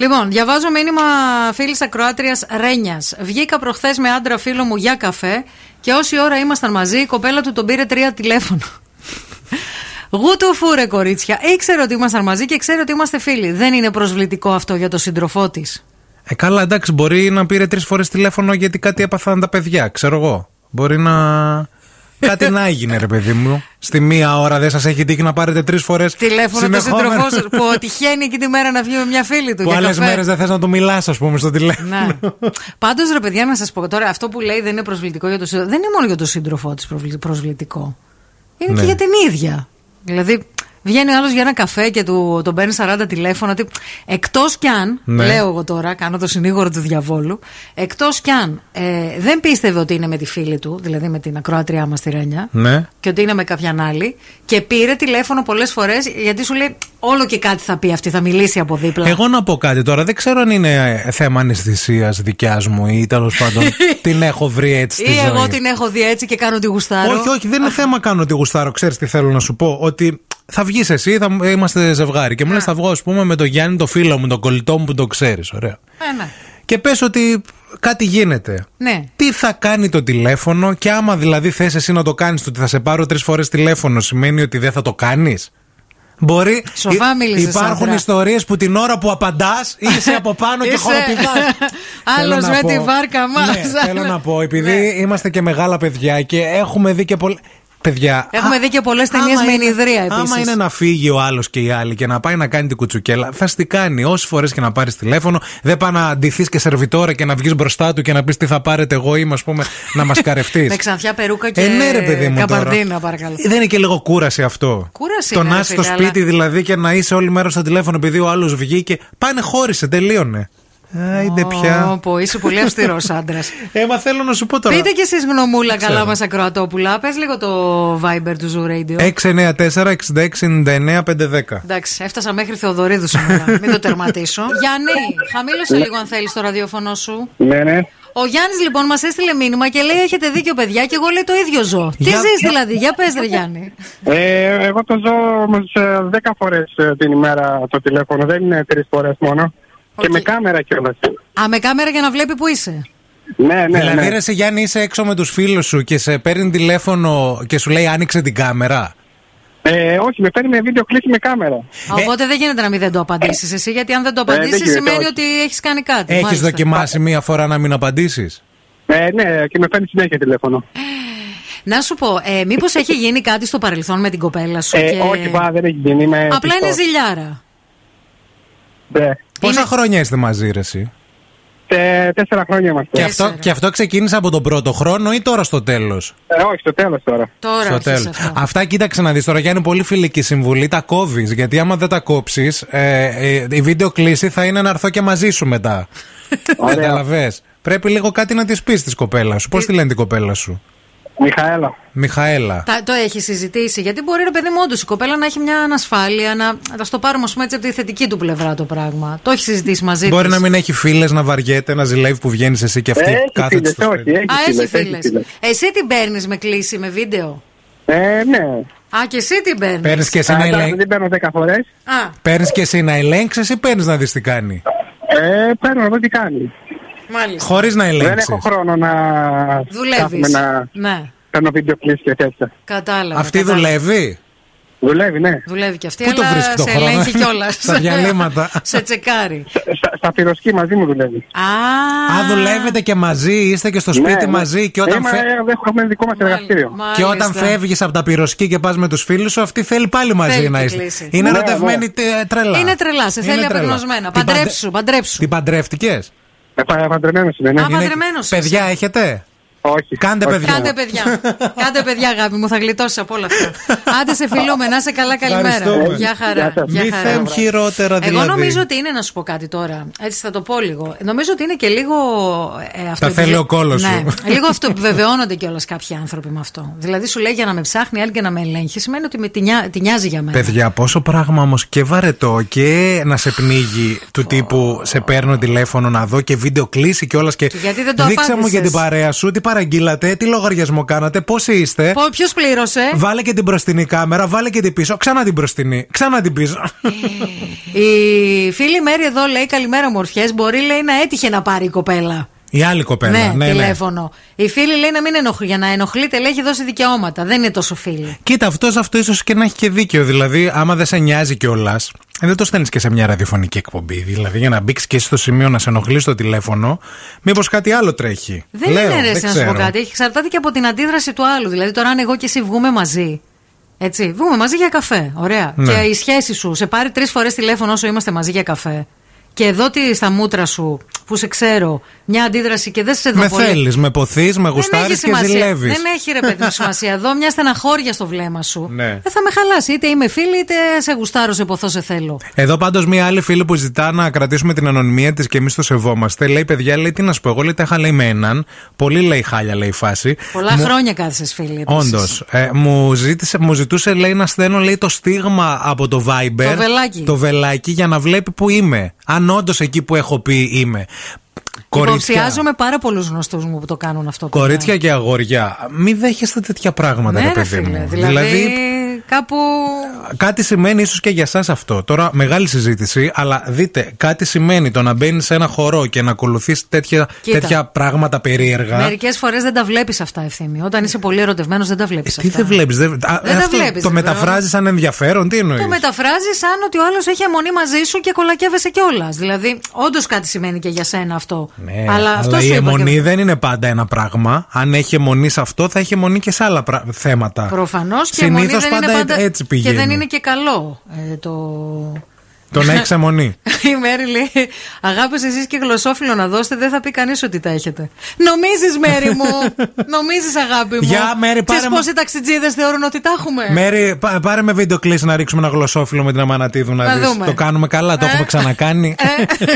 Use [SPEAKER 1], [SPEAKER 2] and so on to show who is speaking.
[SPEAKER 1] Λοιπόν, διαβάζω μήνυμα φίλης ακροάτριας Ρένιας. Βγήκα προχθές με άντρα φίλο μου για καφέ και όση ώρα ήμασταν μαζί, η κοπέλα του τον πήρε τρία τηλέφωνα. Γούτου φούρε, κορίτσια. Ήξερε ότι ήμασταν μαζί και ξέρει ότι είμαστε φίλοι. Δεν είναι προσβλητικό αυτό για τον σύντροφό της.
[SPEAKER 2] Ε, καλά, εντάξει, μπορεί να πήρε τρεις φορές τηλέφωνο γιατί κάτι έπαθαν τα παιδιά, ξέρω εγώ. Μπορεί να. Κάτι να έγινε, ρε παιδί μου. Στη μία ώρα δεν σας έχει τύχει να πάρετε τρεις φορές
[SPEAKER 1] Τηλέφωνο του σύντροφό σα που τυχαίνει εκείνη τη μέρα να βγει με μια φίλη του.
[SPEAKER 2] Που
[SPEAKER 1] για
[SPEAKER 2] άλλες
[SPEAKER 1] καφέ.
[SPEAKER 2] μέρες δεν θες να του μιλάς, ας πούμε, στο τηλέφωνο.
[SPEAKER 1] Ναι. Πάντως, ρε παιδιά, να σας πω τώρα, αυτό που λέει δεν είναι προσβλητικό για τον σύντροφο. Δεν είναι μόνο για τον σύντροφό της προσβλητικό. Είναι
[SPEAKER 2] Ναι.
[SPEAKER 1] και για την ίδια. Δηλαδή, βγαίνει ο άλλος για ένα καφέ και του, τον παίρνει 40 τηλέφωνα. Τι... Εκτός κι αν,
[SPEAKER 2] Ναι.
[SPEAKER 1] λέω εγώ τώρα, κάνω το συνήγορο του διαβόλου, εκτός κι αν ε, δεν πίστευε ότι είναι με τη φίλη του, δηλαδή με την ακροάτριά μας τη Ρένια,
[SPEAKER 2] Ναι.
[SPEAKER 1] και ότι είναι με κάποιαν άλλη, και πήρε τηλέφωνο πολλές φορές γιατί σου λέει όλο και κάτι θα πει αυτή, θα μιλήσει από δίπλα.
[SPEAKER 2] Εγώ να πω κάτι τώρα. Δεν ξέρω αν είναι ε, θέμα αναισθησίας δικιάς μου ή τέλος πάντων την έχω βρει έτσι στη
[SPEAKER 1] Ή
[SPEAKER 2] ζωή.
[SPEAKER 1] εγώ την έχω δει έτσι και κάνω τη γουστάρω.
[SPEAKER 2] Όχι, όχι, δεν είναι θέμα κάνω ότι γουστάρω. Ξέρεις τι θέλω να σου πω. Ότι θα βγεις εσύ, θα, είμαστε ζευγάρι. Και μου
[SPEAKER 1] Ναι.
[SPEAKER 2] λε, θα βγω, ας πούμε, με τον Γιάννη, το φίλο μου, τον κολλητό μου που τον ξέρεις. Ωραία.
[SPEAKER 1] Ε, ναι.
[SPEAKER 2] Και πες ότι κάτι γίνεται.
[SPEAKER 1] Ναι.
[SPEAKER 2] Τι θα κάνει το τηλέφωνο, και άμα δηλαδή θες εσύ να το κάνεις, το ότι θα σε πάρω τρεις φορές τηλέφωνο, σημαίνει ότι δεν θα το κάνεις. Μπορεί.
[SPEAKER 1] Σοφά
[SPEAKER 2] Υ-
[SPEAKER 1] μίλησες,
[SPEAKER 2] Υπάρχουν
[SPEAKER 1] άντρα.
[SPEAKER 2] ιστορίες που την ώρα που απαντάς είσαι από πάνω και
[SPEAKER 1] Είσαι-
[SPEAKER 2] χοροπηδάς.
[SPEAKER 1] Άλλος με τη βάρκα μας.
[SPEAKER 2] Ναι, θέλω να πω, επειδή Ε, είμαστε και μεγάλα παιδιά και έχουμε δει και πολλά. Παιδιά,
[SPEAKER 1] Έχουμε
[SPEAKER 2] α-
[SPEAKER 1] δει και πολλές ταινίες
[SPEAKER 2] άμα
[SPEAKER 1] με
[SPEAKER 2] είναι-
[SPEAKER 1] ενιδρία επίσης.
[SPEAKER 2] Άμα είναι να φύγει ο άλλος και η άλλη και να πάει να κάνει την κουτσουκέλα, θα στη κάνει. Όσες φορές και να πάρεις τηλέφωνο, δεν πάει να αντιθεί και σερβιτόρα και να βγεις μπροστά του και να πεις τι θα πάρετε εγώ ή ας πούμε να μας καρευτείς.
[SPEAKER 1] Με ξανθιά περούκα και
[SPEAKER 2] ε, ναι, ρε, παιδί μου, τώρα. Ε,
[SPEAKER 1] καπαρδίνα, παρακαλώ.
[SPEAKER 2] Δεν είναι και λίγο κούραση αυτό.
[SPEAKER 1] Κούραση
[SPEAKER 2] Το
[SPEAKER 1] είναι,
[SPEAKER 2] να
[SPEAKER 1] ρε
[SPEAKER 2] είσαι στο
[SPEAKER 1] φίλε,
[SPEAKER 2] σπίτι
[SPEAKER 1] αλλά-
[SPEAKER 2] δηλαδή και να είσαι όλη μέρα στο τηλέφωνο επειδή ο άλλος βγήκε. Πάνε, χώρισε, τελείωνε. Άιντε πια.
[SPEAKER 1] Όπω είσαι πολύ αυστηρός άντρας.
[SPEAKER 2] Ε, μα θέλω να σου πω τώρα.
[SPEAKER 1] Πείτε κι εσείς γνωμούλα καλά
[SPEAKER 2] ξέρω.
[SPEAKER 1] μας ακροατόπουλα. Πες λίγο το Viber του Zoo Radio.
[SPEAKER 2] Ε. 694-6699-510.
[SPEAKER 1] Εντάξει, έφτασα μέχρι Θεοδωρίδου σήμερα. Μην το τερματίσω. Γιάννη,
[SPEAKER 2] Ε.
[SPEAKER 1] χαμήλωσε λίγο αν θέλεις το ραδιόφωνο σου.
[SPEAKER 3] Ναι, ναι.
[SPEAKER 1] Ο Γιάννης λοιπόν μας έστειλε μήνυμα και λέει: Έχετε δίκιο, παιδιά, και εγώ λέει το ίδιο ζω. Τι
[SPEAKER 2] Για-
[SPEAKER 1] ζεις δηλαδή, για πες, ρε Γιάννη.
[SPEAKER 3] Ε, εγώ το ζω ε, όμω 10 φορέ την ημέρα το τηλέφωνο. Δεν είναι τρεις φορές μόνο. Και
[SPEAKER 1] Οκ.
[SPEAKER 3] με κάμερα κιόλας.
[SPEAKER 1] Α, με κάμερα για να βλέπει που είσαι.
[SPEAKER 3] Ναι, ναι,
[SPEAKER 2] δηλαδή,
[SPEAKER 3] ναι.
[SPEAKER 2] ρε, σε Γιάννη, είσαι έξω με τους φίλους σου και σε παίρνει τηλέφωνο και σου λέει άνοιξε την κάμερα.
[SPEAKER 3] Ε, όχι, με παίρνει με βίντεο κλίση με κάμερα.
[SPEAKER 2] Ε.
[SPEAKER 1] Α, Οπότε δεν γίνεται να μην δεν το απαντήσεις εσύ, γιατί αν δεν το
[SPEAKER 3] δεν
[SPEAKER 1] απαντήσεις
[SPEAKER 3] γίνεται,
[SPEAKER 1] σημαίνει
[SPEAKER 3] όχι.
[SPEAKER 1] ότι έχεις κάνει κάτι.
[SPEAKER 2] Έχεις
[SPEAKER 1] Μάλιστα.
[SPEAKER 2] δοκιμάσει μία φορά να μην απαντήσεις.
[SPEAKER 3] Ε, ναι, και με παίρνει συνέχεια τηλέφωνο.
[SPEAKER 1] Να σου πω, ε, μήπως έχει γίνει κάτι στο παρελθόν με την κοπέλα σου.
[SPEAKER 3] Ε,
[SPEAKER 1] και...
[SPEAKER 3] Όχι, ε, βα, δεν έχει γίνει. Είμαι
[SPEAKER 1] Απλά
[SPEAKER 3] πιστός.
[SPEAKER 1] είναι ζηλιάρα.
[SPEAKER 3] Ναι.
[SPEAKER 2] Πόσα
[SPEAKER 1] Είναι-
[SPEAKER 2] χρόνια είστε μαζί, ρε, εσύ?
[SPEAKER 3] Τε- τέσσερα χρόνια είμαστε.
[SPEAKER 2] Και
[SPEAKER 1] Τέσσερα.
[SPEAKER 2] αυτό, και αυτό ξεκίνησε από τον πρώτο χρόνο ή τώρα στο τέλος.
[SPEAKER 3] Ε, όχι, στο τέλος τώρα.
[SPEAKER 1] Τώρα
[SPEAKER 2] Στο
[SPEAKER 1] αρχίζει
[SPEAKER 2] τέλος.
[SPEAKER 1] αυτό.
[SPEAKER 2] Αυτά κοίταξε να δεις τώρα, Γιάννη, πολύ φιλική συμβουλή. Τα κόβεις. Γιατί άμα δεν τα κόψεις, ε, ε, η βίντεο κλίση θα είναι να έρθω και μαζί σου μετά. Καταλαβέ. Πρέπει λίγο κάτι να της πεις της κοπέλας σου. Πώς τη λένε την κοπέλα σου,
[SPEAKER 3] Μιχαέλα.
[SPEAKER 2] Μιχαέλα.
[SPEAKER 1] Τα- το έχει συζητήσει. Γιατί μπορεί ρε παιδί μου, όντως η κοπέλα να έχει μια ανασφάλεια, να, να στο πάρουμε ας πούμε, έτσι από τη θετική του πλευρά το πράγμα. Το έχει συζητήσει μαζί
[SPEAKER 2] Μπορεί
[SPEAKER 1] της.
[SPEAKER 2] να μην έχει φίλες, να βαριέται, να ζηλεύει που βγαίνεις εσύ και αυτή
[SPEAKER 3] Ε, έχει
[SPEAKER 2] κάθεται
[SPEAKER 3] φίλες,
[SPEAKER 2] στο
[SPEAKER 3] όχι,
[SPEAKER 2] σπίτι.
[SPEAKER 3] έχει
[SPEAKER 1] Α,
[SPEAKER 3] φίλες,
[SPEAKER 1] έχει φίλες.
[SPEAKER 3] φίλες.
[SPEAKER 1] Εσύ την παίρνεις με κλίση, με βίντεο.
[SPEAKER 3] Ε, ναι.
[SPEAKER 1] Α, και εσύ την παίρνεις.
[SPEAKER 2] Παίρνεις και εσύ
[SPEAKER 3] Α,
[SPEAKER 2] να
[SPEAKER 3] εντάξει,
[SPEAKER 2] ελέγξεις.
[SPEAKER 3] Δεν παίρνω 10 φορές.
[SPEAKER 1] Α,
[SPEAKER 2] Παίρνεις και εσύ να ελέγξεις ή παίρνεις να δεις τι κάνει.
[SPEAKER 3] Ε, παίρνω να δω τι κάνει.
[SPEAKER 1] μάλιστα.
[SPEAKER 2] Χωρίς να
[SPEAKER 3] Δεν
[SPEAKER 2] ελέγξεις.
[SPEAKER 3] έχω χρόνο να.
[SPEAKER 1] Δουλεύεις.
[SPEAKER 3] κάθομαι Να
[SPEAKER 1] Ναι,
[SPEAKER 3] παίρνω βίντεο κλίση και τέτοια.
[SPEAKER 1] κατάλαβα.
[SPEAKER 2] Αυτή
[SPEAKER 1] κατάλαβα.
[SPEAKER 2] δουλεύει.
[SPEAKER 3] Δουλεύει, ναι.
[SPEAKER 1] Δουλεύει και αυτή.
[SPEAKER 2] Πού το
[SPEAKER 1] αλλά
[SPEAKER 2] βρίσκει το
[SPEAKER 1] σε
[SPEAKER 2] χρόνο,
[SPEAKER 1] ελέγχει
[SPEAKER 2] ε?
[SPEAKER 1] κιόλας.
[SPEAKER 2] Στα διαλύματα.
[SPEAKER 1] σε τσεκάρει.
[SPEAKER 3] Στα, στα πυροσκή μαζί μου δουλεύει.
[SPEAKER 1] Α,
[SPEAKER 2] Α, δουλεύετε και μαζί, είστε και στο
[SPEAKER 3] Ναι,
[SPEAKER 2] σπίτι
[SPEAKER 3] ναι.
[SPEAKER 2] μαζί και όταν,
[SPEAKER 3] Είμα-
[SPEAKER 2] φε-
[SPEAKER 3] ε, Έχουμε δικό μας εργαστήριο.
[SPEAKER 2] και όταν φεύγεις από τα πυροσκή και πας με τους φίλους σου, αυτή θέλει πάλι μαζί
[SPEAKER 1] Θέλει
[SPEAKER 2] να
[SPEAKER 1] την
[SPEAKER 2] είστε.
[SPEAKER 1] κλίση.
[SPEAKER 2] Είναι
[SPEAKER 3] Ναι,
[SPEAKER 2] ερωτευμένη τε- τρελά.
[SPEAKER 1] Είναι τρελά, σε
[SPEAKER 2] Είναι
[SPEAKER 1] θέλει
[SPEAKER 2] τρελά.
[SPEAKER 1] απεγνωσμένα.
[SPEAKER 2] Την παντε-
[SPEAKER 1] Παντρέψου, παντρέψου.
[SPEAKER 2] Την παντρεύτηκες.
[SPEAKER 3] Ε, πα- Παντρεμένος είναι, ναι.
[SPEAKER 1] Α,
[SPEAKER 2] Είναι-
[SPEAKER 1] παντρεμένος είσαι.
[SPEAKER 2] Παιδιά έχετε.
[SPEAKER 3] Όχι.
[SPEAKER 2] Κάντε
[SPEAKER 3] όχι.
[SPEAKER 2] παιδιά.
[SPEAKER 1] Κάντε παιδιά. Κάντε παιδιά, αγάπη μου, θα γλιτώσει από όλα αυτά. Άντε σε φιλούμε, να είσαι καλά, καλημέρα.
[SPEAKER 2] Ευχαριστούμε.
[SPEAKER 1] Γεια χαρά.
[SPEAKER 3] Γεια σας.
[SPEAKER 1] Γεια
[SPEAKER 2] Μη
[SPEAKER 1] χαρά.
[SPEAKER 2] θέμ χειρότερα δηλαδή.
[SPEAKER 1] Εγώ νομίζω ότι είναι να σου πω κάτι τώρα. Έτσι θα το πω λίγο. Νομίζω ότι είναι και λίγο. Ε, αυτό
[SPEAKER 2] θέλει ο κόλος σου.
[SPEAKER 1] ναι, Λίγο αυτοεπιβεβαιώνονται κιόλας κάποιοι άνθρωποι με αυτό. Δηλαδή σου λέει για να με ψάχνει άλλη και να με ελέγχει, σημαίνει ότι με τη, νιά- τη νοιάζει για μένα.
[SPEAKER 2] Παιδιά, πόσο πράγμα όμως και βαρετό και να σε πνίγει του τύπου σε παίρνω τηλέφωνο να δω και βίντεο κλείσει και όλα. Και
[SPEAKER 1] Και γιατί δεν το
[SPEAKER 2] δείξε μου
[SPEAKER 1] απάντησες.
[SPEAKER 2] για την παρέα σου τι παραγγείλατε, τι λογαριασμό κάνατε, πόσοι είστε.
[SPEAKER 1] Ποιο πλήρωσε.
[SPEAKER 2] Βάλε και την μπροστινή κάμερα, βάλε και την πίσω. Ξανά την μπροστινή, ξανά την πίσω.
[SPEAKER 1] Η φίλη Μέρη εδώ λέει καλημέρα μορφιές. Μπορεί λέει να έτυχε να πάρει η κοπέλα.
[SPEAKER 2] Η άλλη κοπέλα.
[SPEAKER 1] Ναι, τηλέφωνο. Η φίλη λέει να μην ενοχλεί. Για να ενοχλείται, λέει έχει δώσει δικαιώματα. Δεν είναι τόσο φίλη.
[SPEAKER 2] Κοίτα, αυτός αυτό ίσως και να έχει και δίκιο. Δηλαδή, άμα δεν σε νοιάζει κιόλας, δεν το στέλνεις και σε μια ραδιοφωνική εκπομπή. Δηλαδή, για να μπήξεις και εσύ στο σημείο να σε ενοχλείς το τηλέφωνο, μήπως κάτι άλλο τρέχει.
[SPEAKER 1] Δεν
[SPEAKER 2] Λέω,
[SPEAKER 1] είναι
[SPEAKER 2] δεν
[SPEAKER 1] αρέσει να σου
[SPEAKER 2] ξέρω.
[SPEAKER 1] πω κάτι. Έχει εξαρτάται και από την αντίδραση του άλλου. Δηλαδή, τώρα αν εγώ και εσύ βγούμε μαζί. Έτσι, βγούμε μαζί για καφέ. Ωραία.
[SPEAKER 2] Ναι.
[SPEAKER 1] Και η σχέση σου σε πάρει τρεις φορές τηλέφωνο όσο είμαστε μαζί για καφέ. Και εδώ τι στα μούτρα σου που σε ξέρω, μια αντίδραση και δεν σε δω
[SPEAKER 2] Με
[SPEAKER 1] πολύ.
[SPEAKER 2] θέλεις, με ποθείς, με
[SPEAKER 1] Δεν έχει
[SPEAKER 2] γουστάρεις και
[SPEAKER 1] σημασία.
[SPEAKER 2] ζηλεύεις.
[SPEAKER 1] Δεν έχει ρε παιδί μου σημασία. Εδώ μια στεναχώρια στο βλέμμα σου.
[SPEAKER 2] Ναι.
[SPEAKER 1] Ε, θα με χαλάσει. Είτε είμαι φίλη, είτε σε γουστάρω, σε ποθώ, σε θέλω.
[SPEAKER 2] Εδώ πάντως μία άλλη φίλη που ζητά να κρατήσουμε την ανωνυμία της και εμείς το σεβόμαστε. Λέει, παιδιά, λέει τι να σου πω. Εγώ λέει τα είχα λέει με έναν. Πολύ λέει χάλια λέει η φάση.
[SPEAKER 1] Πολλά χρόνια κάθεσαι φίλη. επίσης.
[SPEAKER 2] Όντως. Ε, μου, ζήτησε- μου ζητούσε, λέει, να στέλνω λέει, το στίγμα από το Viber.
[SPEAKER 1] Το βελάκι.
[SPEAKER 2] Το βελάκι για να βλέπει που είμαι. Αν όντως εκεί που έχω πει είμαι. Κορίτσια,
[SPEAKER 1] Υποψιάζομαι πάρα πολλούς γνωστούς μου που το κάνουν αυτό. παιδιά.
[SPEAKER 2] κορίτσια και αγόρια, μη δέχεστε τέτοια πράγματα,
[SPEAKER 1] ναι,
[SPEAKER 2] ρε
[SPEAKER 1] ρε
[SPEAKER 2] παιδί
[SPEAKER 1] φίλε.
[SPEAKER 2] μου.
[SPEAKER 1] Δηλαδή, κάπου.
[SPEAKER 2] κάτι σημαίνει ίσως και για εσά αυτό. Τώρα, μεγάλη συζήτηση, αλλά δείτε, κάτι σημαίνει το να μπαίνεις σε ένα χορό και να ακολουθείς τέτοια,
[SPEAKER 1] Κοίτα.
[SPEAKER 2] τέτοια πράγματα περίεργα.
[SPEAKER 1] Μερικές φορές δεν τα βλέπεις αυτά, ευθύμη. Όταν είσαι πολύ ερωτευμένος, δεν τα βλέπεις.
[SPEAKER 2] Ε, Τι δεν βλέπεις, δεν, α,
[SPEAKER 1] Δεν τα
[SPEAKER 2] αυτό
[SPEAKER 1] βλέπεις,
[SPEAKER 2] Το
[SPEAKER 1] βέβαια.
[SPEAKER 2] μεταφράζεις σαν ενδιαφέρον, τι εννοείς.
[SPEAKER 1] Το μεταφράζεις σαν ότι ο άλλος έχει αιμονή μαζί σου και κολακεύεσαι κιόλας. Δηλαδή, όντως κάτι σημαίνει και για σένα αυτό.
[SPEAKER 2] Ναι,
[SPEAKER 1] αλλά
[SPEAKER 2] αλλά,
[SPEAKER 1] αυτό σου
[SPEAKER 2] η
[SPEAKER 1] είπα και-
[SPEAKER 2] αιμονή δεν είναι πάντα ένα πράγμα. Αν έχει αιμονή σε αυτό, θα έχει αιμονή και σε άλλα πρα- θέματα.
[SPEAKER 1] Προφανώς και η αιμονή
[SPEAKER 2] Συνήθως
[SPEAKER 1] δεν
[SPEAKER 2] πάντα,
[SPEAKER 1] είναι πάντα.
[SPEAKER 2] ε- έτσι πηγαίνει.
[SPEAKER 1] Και δεν είναι Ε. και καλό ε, το.
[SPEAKER 2] Το να έχει αιμονή.
[SPEAKER 1] Η Μέρη λέει: Αγάπης, εσείς και γλωσσόφιλο να δώσετε, δεν θα πει κανείς ότι τα έχετε. Νομίζεις, Μέρη μου! Νομίζεις, αγάπη μου!
[SPEAKER 2] Για, Μέρη, πάρε
[SPEAKER 1] Ξέρεις
[SPEAKER 2] μα-
[SPEAKER 1] πόσοι ταξιτζίδες θεωρούν ότι τα έχουμε.
[SPEAKER 2] Μέρη, πα- πάρε με βίντεο κλίση να ρίξουμε ένα γλωσσόφιλο με την Αμανατίδου να,
[SPEAKER 1] Να
[SPEAKER 2] δεις.
[SPEAKER 1] δούμε.
[SPEAKER 2] Το κάνουμε καλά, το
[SPEAKER 1] Ε.
[SPEAKER 2] έχουμε ξανακάνει.
[SPEAKER 1] Ε.